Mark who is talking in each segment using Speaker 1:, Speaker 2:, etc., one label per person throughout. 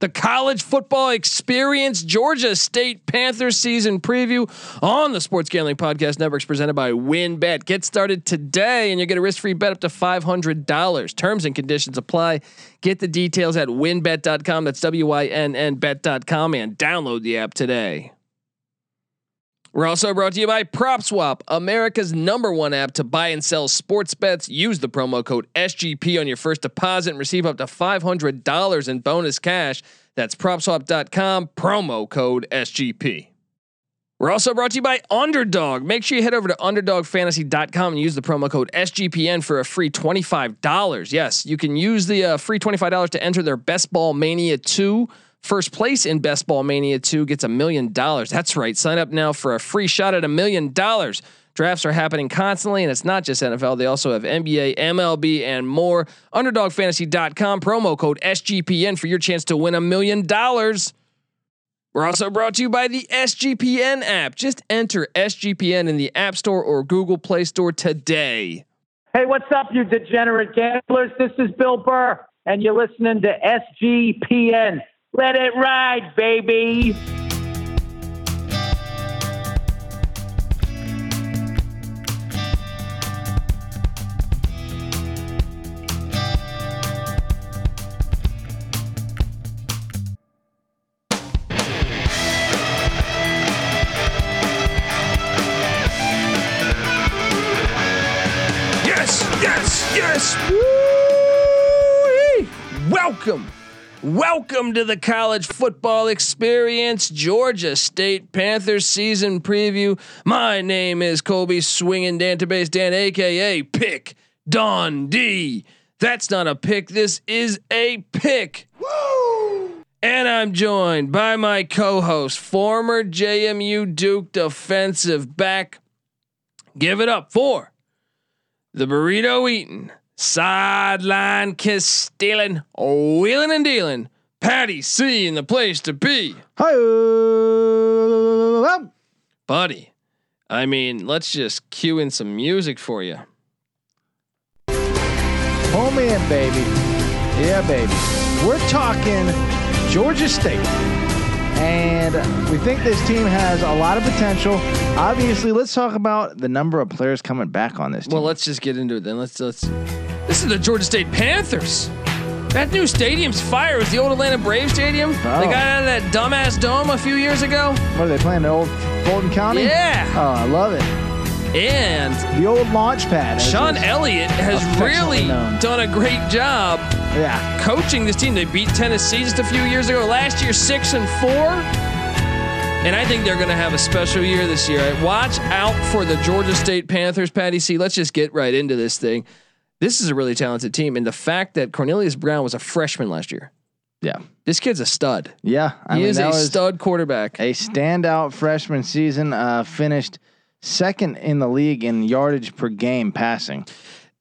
Speaker 1: the college football experience, Georgia State Panthers season preview on the Sports Gambling Podcast Networks presented by WinBet. Get started today and you'll get a risk free bet up to $500. Terms and conditions apply. Get the details at winbet.com. That's W Y N N bet.com and download the app today. We're also brought to you by PropSwap, America's number one app to buy and sell sports bets. Use the promo code SGP on your first deposit and receive up to $500 in bonus cash. That's propswap.com, promo code SGP. We're also brought to you by Underdog. Make sure you head over to underdogfantasy.com and use the promo code SGPN for a free $25. Yes, you can use the uh, free $25 to enter their Best Ball Mania 2. First place in Best Ball Mania 2 gets a million dollars. That's right. Sign up now for a free shot at a million dollars. Drafts are happening constantly, and it's not just NFL. They also have NBA, MLB, and more. UnderdogFantasy.com, promo code SGPN for your chance to win a million dollars. We're also brought to you by the SGPN app. Just enter SGPN in the App Store or Google Play Store today.
Speaker 2: Hey, what's up, you degenerate gamblers? This is Bill Burr, and you're listening to SGPN. Let it ride, baby.
Speaker 1: Yes, yes, yes. Woo-wee. Welcome. Welcome to the college football experience, Georgia State Panthers season preview. My name is Colby Swinging Dan to Base Dan, aka Pick Don D. That's not a pick. This is a pick. And I'm joined by my co-host, former JMU Duke defensive back. Give it up for the burrito eating, sideline kiss stealing, wheeling and dealing, Patty C in the place to be,
Speaker 3: Hi.
Speaker 1: buddy. I mean, let's just cue in some music for you.
Speaker 3: Home in, Oh, baby. Yeah, baby. We're talking Georgia State. And we think this team has a lot of potential. Obviously, let's talk about the number of players coming back on this team.
Speaker 1: Well, let's just get into it then. Let's let's. This is the Georgia State Panthers. That new stadium's fire. It was the old Atlanta Brave Stadium.
Speaker 3: Oh.
Speaker 1: They got out of that dumbass dome a few years ago.
Speaker 3: what are they playing? The old Fulton County?
Speaker 1: Yeah.
Speaker 3: Oh, I love it.
Speaker 1: And
Speaker 3: The old launch pad. as
Speaker 1: Sean
Speaker 3: it's-
Speaker 1: Elliott has
Speaker 3: affectionately
Speaker 1: really
Speaker 3: known.
Speaker 1: done a great job
Speaker 3: Yeah.
Speaker 1: coaching this team. They beat Tennessee just a few years ago. Last year, six and four. And I think they're going to have a special year this year. Watch out for the Georgia State Panthers, Patty C. Let's just get right into this thing. This is a really talented team, and the fact that Cornelius Brown was a freshman last year,
Speaker 3: Yeah.
Speaker 1: this kid's a stud.
Speaker 3: Yeah. I
Speaker 1: he
Speaker 3: mean,
Speaker 1: is a
Speaker 3: that was
Speaker 1: stud quarterback.
Speaker 3: a standout freshman season, uh, finished second in the league in yardage per game passing.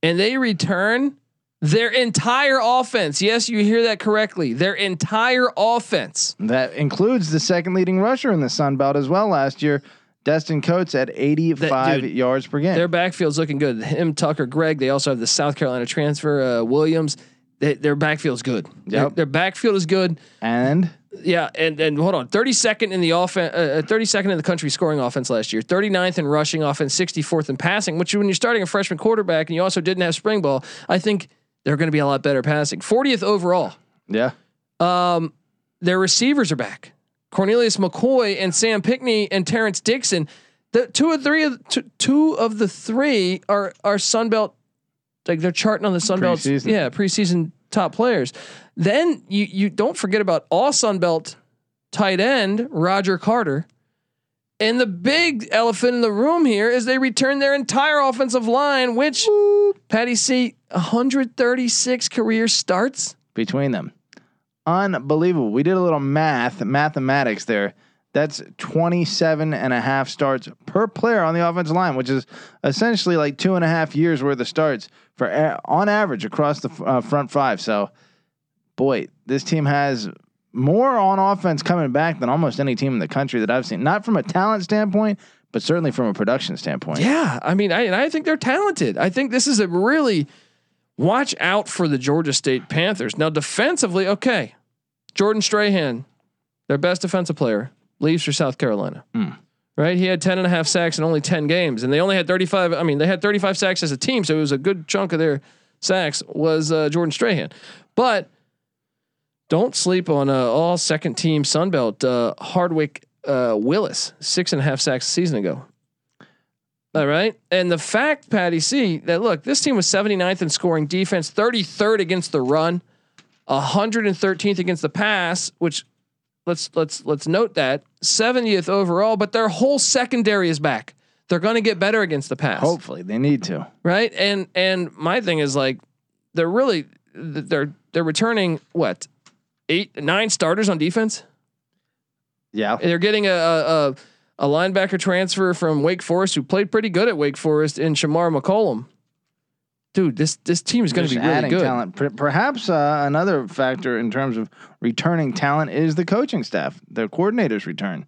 Speaker 1: and they return their entire offense. Yes, you hear that correctly. Their entire offense.
Speaker 3: That includes the second leading rusher in the Sun Belt as well last year, Destin Coates at 85
Speaker 1: dude,
Speaker 3: yards per game.
Speaker 1: Their backfield's looking good. Him, Tucker, Greg. They also have the South Carolina transfer, uh, Williams. They, their backfield's good. Their,
Speaker 3: Yep.
Speaker 1: their backfield is good.
Speaker 3: And
Speaker 1: Yeah, and and hold on, thirty second in the offense, uh, thirty second in the country scoring offense last year, 39th in rushing offense, sixty fourth in passing. Which when you're starting a freshman quarterback and you also didn't have spring ball, I think they're going to be a lot better passing. Fortieth overall.
Speaker 3: yeah,
Speaker 1: Their receivers are back. Cornelius McCoy and Sam Pickney and Terrence Dixon. The two or three of two, two of the three are are Sunbelt like they're charting on the Sunbelt.
Speaker 3: Preseason.
Speaker 1: Yeah, preseason top players. Then you you don't forget about all Sunbelt tight end Roger Carter. And the big elephant in the room here is they return their entire offensive line, which Patty C 136 career starts.
Speaker 3: between them. Unbelievable. We did a little math, mathematics there. That's 27 and a half starts per player on the offensive line, which is essentially like two and a half years worth of starts for a- on average across the f- uh, front five. So, boy, this team has more on offense coming back than almost any team in the country that I've seen. Not from a talent standpoint, but certainly from a production standpoint.
Speaker 1: Yeah, I mean, I, and I think they're talented. I think this is a really watch out for the Georgia State Panthers. Now, defensively, okay, Jordan Strahan, their best defensive player, leaves for South Carolina. Right? He had 10 and a half sacks in only 10 games, and they only had 35. I mean, they had 35 sacks as a team, so it was a good chunk of their sacks was uh, Jordan Strahan. But don't sleep on uh, all second team Sunbelt uh, Hardwick uh, Willis, six and a half sacks a season ago. All right. And the fact, Patty C, that look, this team was 79th in scoring defense, 33rd against the run, 113th against the pass, which let's let's let's note that 70th overall, but their whole secondary is back. They're going to get better against the pass
Speaker 3: Hopefully, they need to.
Speaker 1: right? And and my thing is like they're really th- they're they're returning what eight nine starters on defense.
Speaker 3: Yeah.
Speaker 1: They're getting a a, a, a linebacker transfer from Wake Forest who played pretty good at Wake Forest in Shamar McCollum. Dude, this this team is going to
Speaker 3: Just
Speaker 1: be really
Speaker 3: adding
Speaker 1: good.
Speaker 3: talent. Per- Perhaps uh, another factor in terms of returning talent is the coaching staff. The coordinators return.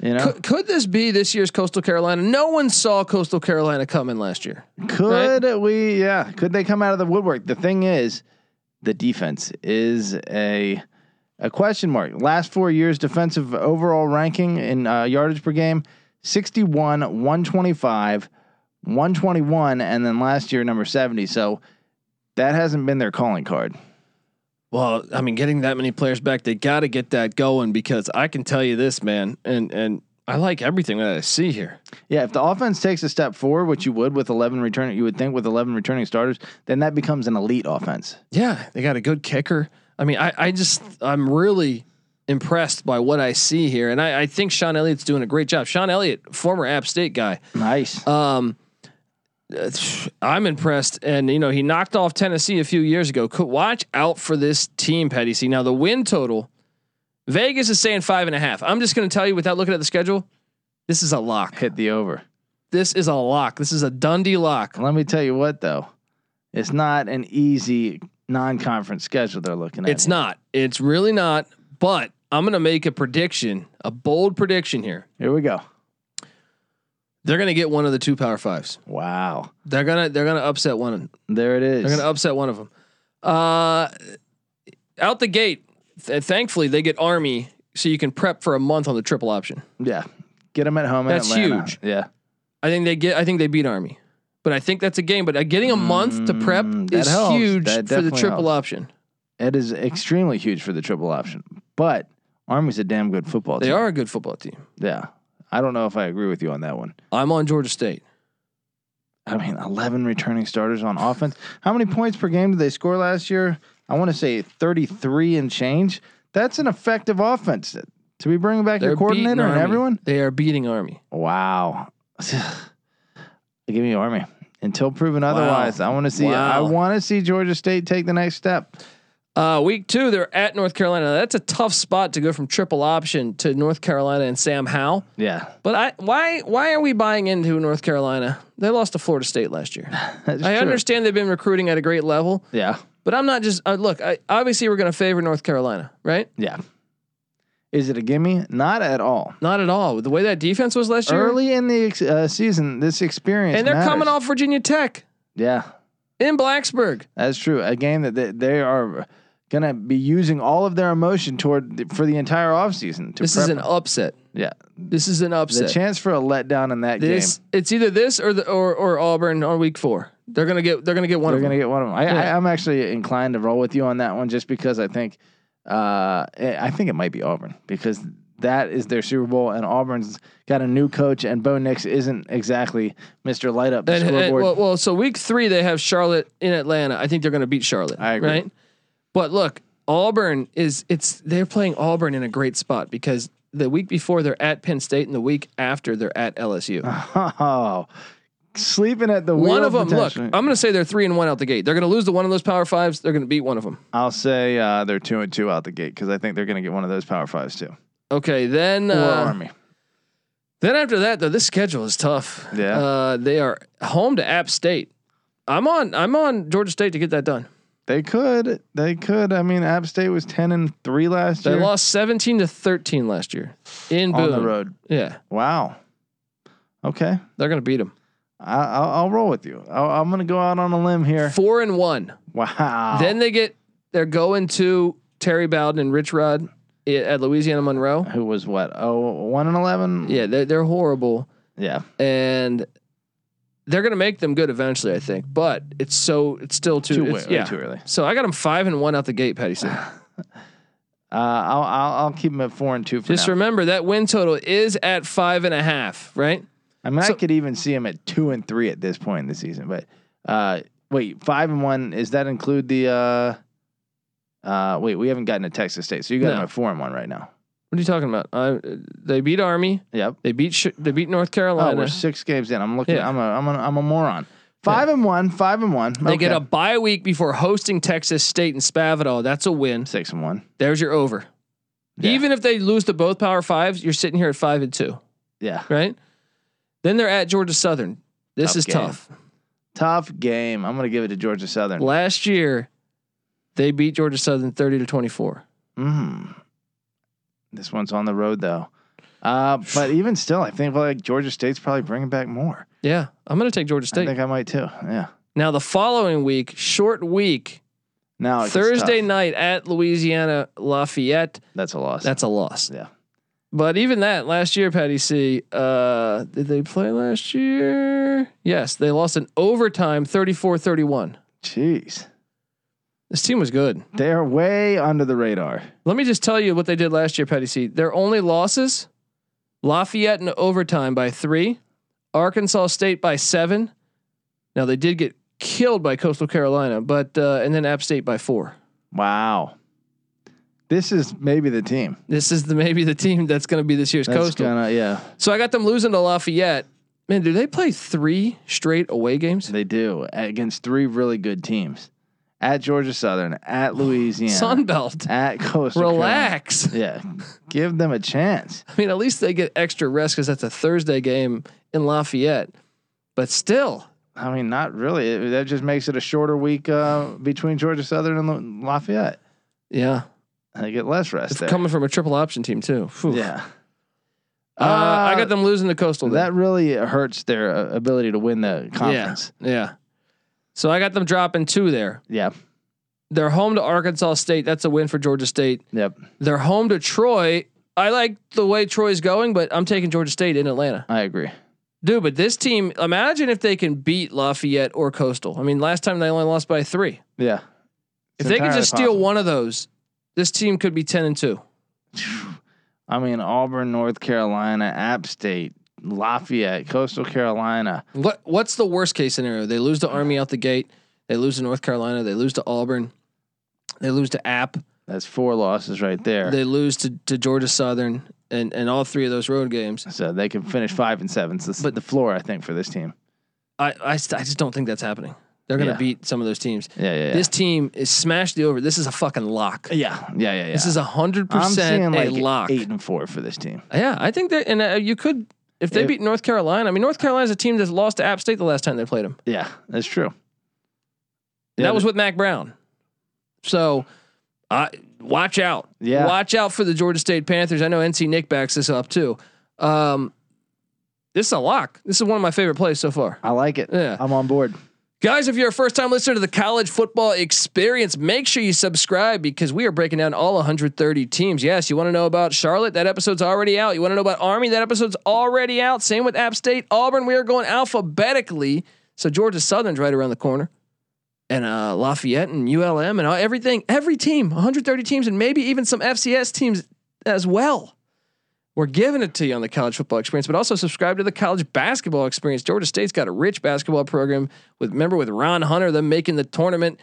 Speaker 3: You know,
Speaker 1: Could, could this be this year's Coastal Carolina? No one saw Coastal Carolina coming last year.
Speaker 3: could we? Yeah, could they come out of the woodwork? The thing is, the defense is a a question mark. Last four years, defensive overall ranking in uh, yardage per game, sixty one, one twenty five, one twenty one, and then last year number seventy. So that hasn't been their calling card.
Speaker 1: Well, I mean, getting that many players back, they got to get that going because I can tell you this, man, and and I like everything that I see here.
Speaker 3: Yeah, if the offense takes a step forward, which you would with eleven returning, you would think with eleven returning starters, then that becomes an elite offense.
Speaker 1: Yeah, they got a good kicker. I mean, I, I just I'm really impressed by what I see here, and I, I think Sean Elliott's doing a great job. Sean Elliott, former App State guy,
Speaker 3: Nice.
Speaker 1: um, uh, I'm impressed, and you know he knocked off Tennessee a few years ago. Could watch out for this team, Petty C. Now the win total, Vegas is saying five and a half. I'm just going to tell you without looking at the schedule, this is a lock.
Speaker 3: Hit the over.
Speaker 1: This is a lock. This is a Dundee lock.
Speaker 3: Let me tell you what though, it's not an easy non-conference schedule they're looking at.
Speaker 1: It's not. It's really not. But I'm going to make a prediction, a bold prediction here.
Speaker 3: Here we go.
Speaker 1: They're going to get one of the two power fives.
Speaker 3: Wow,
Speaker 1: They're going to they're going to upset one.
Speaker 3: there it
Speaker 1: They're
Speaker 3: is.
Speaker 1: going to upset one of them. Uh, out the gate, th- thankfully they get Army, so you can prep for a month on the triple option.
Speaker 3: yeah, get them at home. in
Speaker 1: That's
Speaker 3: Atlanta.
Speaker 1: huge.
Speaker 3: Yeah,
Speaker 1: I think they get. I think they beat Army, but I think that's a game. But uh, getting a month to prep
Speaker 3: Mm, that
Speaker 1: is
Speaker 3: helps.
Speaker 1: huge
Speaker 3: That
Speaker 1: for the
Speaker 3: definitely
Speaker 1: triple
Speaker 3: helps.
Speaker 1: option.
Speaker 3: it is extremely huge for the triple option. But Army's a damn good football
Speaker 1: They
Speaker 3: team.
Speaker 1: are a good football team.
Speaker 3: Yeah, I don't know if I agree with you on that one.
Speaker 1: I'm on Georgia State.
Speaker 3: I mean, 11 returning starters on offense. How many points per game did they score last year? I want to say 33 and change. That's an effective offense. To be bringing back
Speaker 1: They're
Speaker 3: your
Speaker 1: beating
Speaker 3: coordinator and
Speaker 1: Army.
Speaker 3: everyone?
Speaker 1: They are beating Army.
Speaker 3: Wow. Give me Army. Until proven otherwise, I want to see I
Speaker 1: Wow.
Speaker 3: want to see Georgia State take the next step.
Speaker 1: Uh, week two, they're at North Carolina. That's a tough spot to go from triple option to North Carolina and Sam Howell.
Speaker 3: Yeah.
Speaker 1: But I, why, why are we buying into North Carolina? They lost to Florida State last year.
Speaker 3: That's
Speaker 1: I
Speaker 3: true.
Speaker 1: understand they've been recruiting at a great level,
Speaker 3: Yeah.
Speaker 1: but I'm not just uh, look. I, obviously, we're going to favor North Carolina, right?
Speaker 3: Yeah. Is it a gimme? Not at all.
Speaker 1: Not at all. The way that defense was last year,
Speaker 3: Early in the ex- uh, season, this experience
Speaker 1: and they're
Speaker 3: matters.
Speaker 1: coming off Virginia Tech
Speaker 3: Yeah.
Speaker 1: in Blacksburg.
Speaker 3: That's true. A game that they, they are going to be using all of their emotion toward the, for the entire offseason. To
Speaker 1: This
Speaker 3: prep.
Speaker 1: is an upset.
Speaker 3: yeah.
Speaker 1: This is an
Speaker 3: The
Speaker 1: upset.
Speaker 3: chance for a letdown in that
Speaker 1: this,
Speaker 3: game.
Speaker 1: it's either this or the or, or Auburn on week four. They're gonna get. They're gonna get one
Speaker 3: They're
Speaker 1: of them.
Speaker 3: going to get one of them. I,
Speaker 1: Yeah.
Speaker 3: I, I'm actually inclined to roll with you on that one just because I think uh, I I think it might be Auburn because that is their Super Bowl and Auburn's got a new coach and Bo Nix isn't exactly Mr. Light Up the
Speaker 1: And, and-
Speaker 3: scoreboard.
Speaker 1: well, well, so week three they have Charlotte in Atlanta. I think they're going to beat Charlotte.
Speaker 3: I agree.
Speaker 1: Right, but look, Auburn is it's they're playing Auburn in a great spot because the week before they're at Penn State and the week after they're at LSU.
Speaker 3: oh, sleeping at the
Speaker 1: one
Speaker 3: wheel
Speaker 1: of them. Look, uh
Speaker 3: potentially.
Speaker 1: I'm going to say they're three and one out the gate. They're going to lose the one of those Power Fives. They're going to beat one of them.
Speaker 3: I'll say uh, they're two and two out the gate because I think they're going to get one of those power fives too.
Speaker 1: Okay, then
Speaker 3: Or
Speaker 1: uh,
Speaker 3: Army.
Speaker 1: then after that though, this schedule is tough.
Speaker 3: Yeah.
Speaker 1: uh, they are home to App State. I'm on. I'm on Georgia State to get that done.
Speaker 3: They could. They could. I mean, App State was ten and three last
Speaker 1: They
Speaker 3: year
Speaker 1: lost 17 to 13 last year in
Speaker 3: on
Speaker 1: Boone.
Speaker 3: the road.
Speaker 1: Yeah.
Speaker 3: Wow. Okay,
Speaker 1: They're gonna beat them.
Speaker 3: I, I'll, I'll roll with you. i I'm going to go out on a limb here.
Speaker 1: Four and one.
Speaker 3: Wow.
Speaker 1: Then they get. They're going to Terry Bowden and Rich Rod i- at Louisiana Monroe.
Speaker 3: Who was what? Oh, one and eleven.
Speaker 1: Yeah, they're, they're horrible.
Speaker 3: yeah.
Speaker 1: And they're going to make them good eventually, I think. But it's so, it's still too,
Speaker 3: Too,
Speaker 1: it's-
Speaker 3: way- way
Speaker 1: yeah.
Speaker 3: too early.
Speaker 1: So I got them five and one out the gate, Patty said.
Speaker 3: Uh, I'll, I'll I'll keep them at four and two for
Speaker 1: Just
Speaker 3: now.
Speaker 1: remember that win total is at five and a half, right?
Speaker 3: I mean,
Speaker 1: so-
Speaker 3: I could even see them at two and three at this point in the season. But uh, wait, five and one. Does that include the? Uh, uh, wait, we haven't gotten to Texas State, so you got
Speaker 1: No.
Speaker 3: them at four and one right now.
Speaker 1: What are you talking about? I, they beat Army.
Speaker 3: Yep.
Speaker 1: They beat Sh- they beat North
Speaker 3: Oh,
Speaker 1: Carolina.
Speaker 3: we're six games in. I'm looking.
Speaker 1: Yeah.
Speaker 3: I'm a I'm a I'm a moron. Five and one. Five and one.
Speaker 1: they
Speaker 3: okay.
Speaker 1: get a bye week before hosting Texas State and Spavital. That's a win.
Speaker 3: six and one.
Speaker 1: There's your over.
Speaker 3: Yeah.
Speaker 1: Even if they lose to both Power Fives, you're sitting here at five and two,
Speaker 3: Yeah.
Speaker 1: right? Then they're at Georgia Southern. This
Speaker 3: Tough
Speaker 1: is
Speaker 3: game.
Speaker 1: tough.
Speaker 3: Tough game. I'm gonna give it to Georgia Southern.
Speaker 1: Last year, they beat Georgia Southern thirty to twenty four.
Speaker 3: Mm. This one's on the road though. Uh, but even still, I think like Georgia State's probably bringing back more.
Speaker 1: Yeah, I'm gonna take Georgia
Speaker 3: I
Speaker 1: State.
Speaker 3: think I might too. Yeah.
Speaker 1: Now the following week, short week,
Speaker 3: Now Oh, it's
Speaker 1: Thursday
Speaker 3: tough.
Speaker 1: night at Louisiana Lafayette.
Speaker 3: That's a loss.
Speaker 1: That's a loss.
Speaker 3: Yeah.
Speaker 1: But even that last year, Patty C. Uh, did they play last year? Yes, they lost in overtime, 34-31.
Speaker 3: Jeez.
Speaker 1: This team was good.
Speaker 3: They're way under the radar.
Speaker 1: Let me just tell you what they did last year, Patty C. Their only losses: Lafayette in overtime by three, Arkansas State by seven. Now they did get killed by Coastal Carolina, but uh, and then App State by four.
Speaker 3: Wow. This is maybe the team.
Speaker 1: This is the maybe the team that's going to be this year's
Speaker 3: That's
Speaker 1: Coastal.
Speaker 3: gonna- yeah.
Speaker 1: So I got them losing to Lafayette. Man, do they play three straight away games?
Speaker 3: They do against three really good teams at Georgia Southern, at Louisiana,
Speaker 1: Sunbelt.
Speaker 3: at Coastal.
Speaker 1: Relax.
Speaker 3: Carolina. Yeah, give them a chance.
Speaker 1: I mean, at least they get extra rest because that's a Thursday game in Lafayette. But still,
Speaker 3: I mean, not really. It- that just makes it a shorter week uh, between Georgia Southern and La- Lafayette.
Speaker 1: yeah,
Speaker 3: They get less rest
Speaker 1: it's
Speaker 3: there.
Speaker 1: coming from a triple option team too. Phew.
Speaker 3: yeah,
Speaker 1: Uh, I got them losing to Coastal. then.
Speaker 3: that really hurts their uh, ability to win the conference.
Speaker 1: yeah. So I got them dropping two there.
Speaker 3: Yeah.
Speaker 1: They're home to Arkansas State. That's a win for Georgia State.
Speaker 3: Yep.
Speaker 1: They're home to Troy. I like the way Troy's going, but I'm taking Georgia State in Atlanta.
Speaker 3: I agree.
Speaker 1: Dude, but this team, imagine if they can beat Lafayette or Coastal. I mean, last time they only lost by three.
Speaker 3: Yeah.
Speaker 1: If
Speaker 3: It's
Speaker 1: they could
Speaker 3: entirely
Speaker 1: just steal
Speaker 3: possible.
Speaker 1: one of those, this team could be 10 and 2.
Speaker 3: I mean, Auburn, North Carolina, App State, Lafayette, Coastal Carolina.
Speaker 1: What what's the worst case scenario? They lose to Army out the gate, they lose to North Carolina, they lose to Auburn, they lose to App,
Speaker 3: That's four losses right there.
Speaker 1: they lose to, to Georgia Southern and, and all three of those road games.
Speaker 3: so they can finish five and seven. So but the floor, I think, for this team.
Speaker 1: I I, st- I just don't think that's happening. They're going to
Speaker 3: Yeah.
Speaker 1: beat some of those teams.
Speaker 3: Yeah, yeah, yeah.
Speaker 1: This team is smashed the over. This is a fucking lock.
Speaker 3: yeah, yeah, yeah, yeah.
Speaker 1: This is a hundred
Speaker 3: I'm seeing
Speaker 1: percent a
Speaker 3: like
Speaker 1: lock.
Speaker 3: eight and four for this team.
Speaker 1: Yeah, I think that, and uh, you could if they
Speaker 3: It-
Speaker 1: beat North Carolina. I mean, North Carolina's a team that's lost to App State the last time they played them.
Speaker 3: Yeah, that's true. Yeah,
Speaker 1: that was with Mac Brown. So, I watch out.
Speaker 3: Yeah.
Speaker 1: watch out for the Georgia State Panthers. I know NC Nick backs this up too. Um, this is a lock. This is one of my favorite plays so far.
Speaker 3: I like it.
Speaker 1: Yeah.
Speaker 3: I'm on board.
Speaker 1: Guys, if you're a first time listener to the college football experience, make sure you subscribe because we are breaking down all 130 teams. Yes, you want to know about Charlotte? That episode's already out. You want to know about Army? That episode's already out. Same with App State, Auburn. We are going alphabetically. So Georgia Southern's right around the corner. And uh, Lafayette and ULM and all, everything, every team, 130 teams, and maybe even some FCS teams as well. We're giving it to you on the college football experience, but also subscribe to the college basketball experience. Georgia State's got a rich basketball program with remember with Ron Hunter, them making the tournament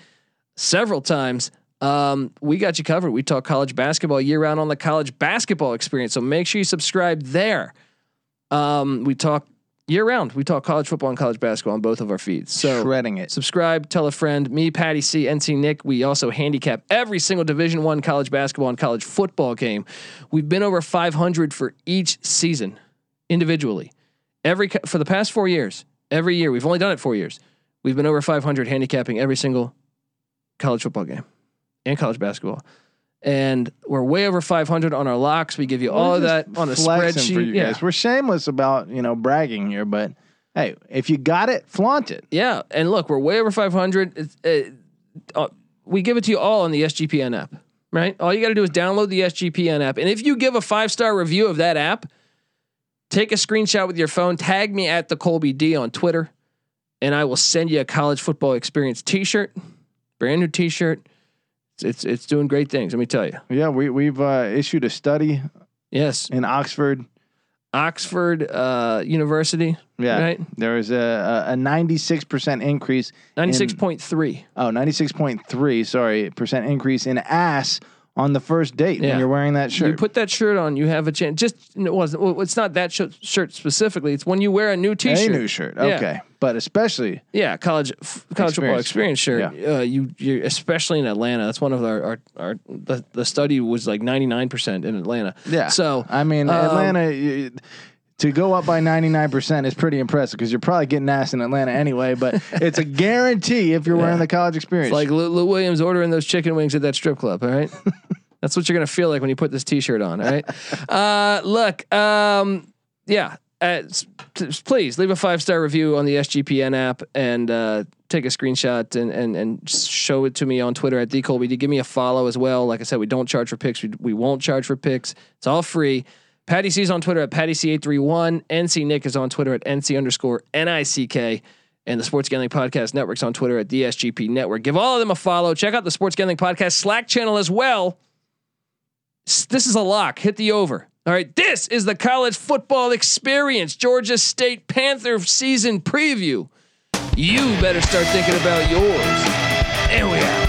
Speaker 1: several times. Um, we got you covered. We talk college basketball year round on the college basketball experience. So make sure you subscribe there. Um, we talk year round. We talk college football and college basketball on both of our feeds. So
Speaker 3: Shredding it.
Speaker 1: subscribe tell a friend me patty c nc nick we also handicap every single division one college basketball and college football game we've been over 500 for each season individually every co- for the past four years every year we've only done it four years we've been over 500 handicapping every single college football game and college basketball and we're way over 500 on our locks we give you all of
Speaker 3: We're
Speaker 1: that
Speaker 3: just
Speaker 1: on a
Speaker 3: flexing
Speaker 1: spreadsheet
Speaker 3: For you
Speaker 1: yeah.
Speaker 3: guys. We're shameless about you know bragging here, but hey, if you got it, flaunt it.
Speaker 1: Yeah, and look, we're way over 500. It's, uh, uh, we give it to you all on the SGPN app. right? All you got to do is download the SGPN app. And if you give a five star review of that app, take a screenshot with your phone, tag me at the Colby D on Twitter, and I will send you a college football experience t shirt, brand new t shirt. It's, it's, it's doing great things, let me tell you.
Speaker 3: Yeah, we we've uh, issued a study
Speaker 1: Yes.
Speaker 3: in Oxford.
Speaker 1: Oxford uh, University,
Speaker 3: Yeah,
Speaker 1: right?
Speaker 3: there was a a ninety six percent increase.
Speaker 1: 96.3.
Speaker 3: Oh, 96.3, sorry, percent increase in ass on the first date
Speaker 1: Yeah.
Speaker 3: when you're wearing that
Speaker 1: You
Speaker 3: shirt.
Speaker 1: put that shirt on, you have a chance. Just no, it wasn't. Well, it's not that sh- shirt specifically. It's when you wear a new
Speaker 3: a
Speaker 1: T-shirt.
Speaker 3: new shirt.
Speaker 1: Yeah.
Speaker 3: Okay, but especially
Speaker 1: Yeah, college f- college football experience
Speaker 3: Experience.
Speaker 1: shirt. Uh, you you especially in Atlanta. That's one of our our, our the, the study was like ninety nine percent in Atlanta.
Speaker 3: yeah.
Speaker 1: So
Speaker 3: I mean,
Speaker 1: um,
Speaker 3: Atlanta you, to go up by 99% is pretty impressive because you're probably getting ass in Atlanta anyway, but it's a guarantee if you're wearing the college experience.
Speaker 1: it's like Lou, Lou Williams ordering those chicken wings at that strip club. All right, that's what you're gonna feel like when you put this T-shirt on. All right. uh, look, um, yeah. Uh, s- t- please leave a five star review on the SGPN app and uh, take a screenshot and, and and show it to me on Twitter at dcolby. Give me a follow as well. Like I said, we don't charge for picks. We, we won't charge for picks. It's all free. Patty C's on Twitter at Patty C831. NC Nick is on Twitter at NC underscore NICK. And the Sports Gambling Podcast Network's on Twitter at the SGP Network. Give all of them a follow. Check out the Sports Gambling Podcast Slack channel as well. S- This is a lock. Hit the over. All right. This is the college football experience. Georgia State Panther season preview. You better start thinking about yours. And we out.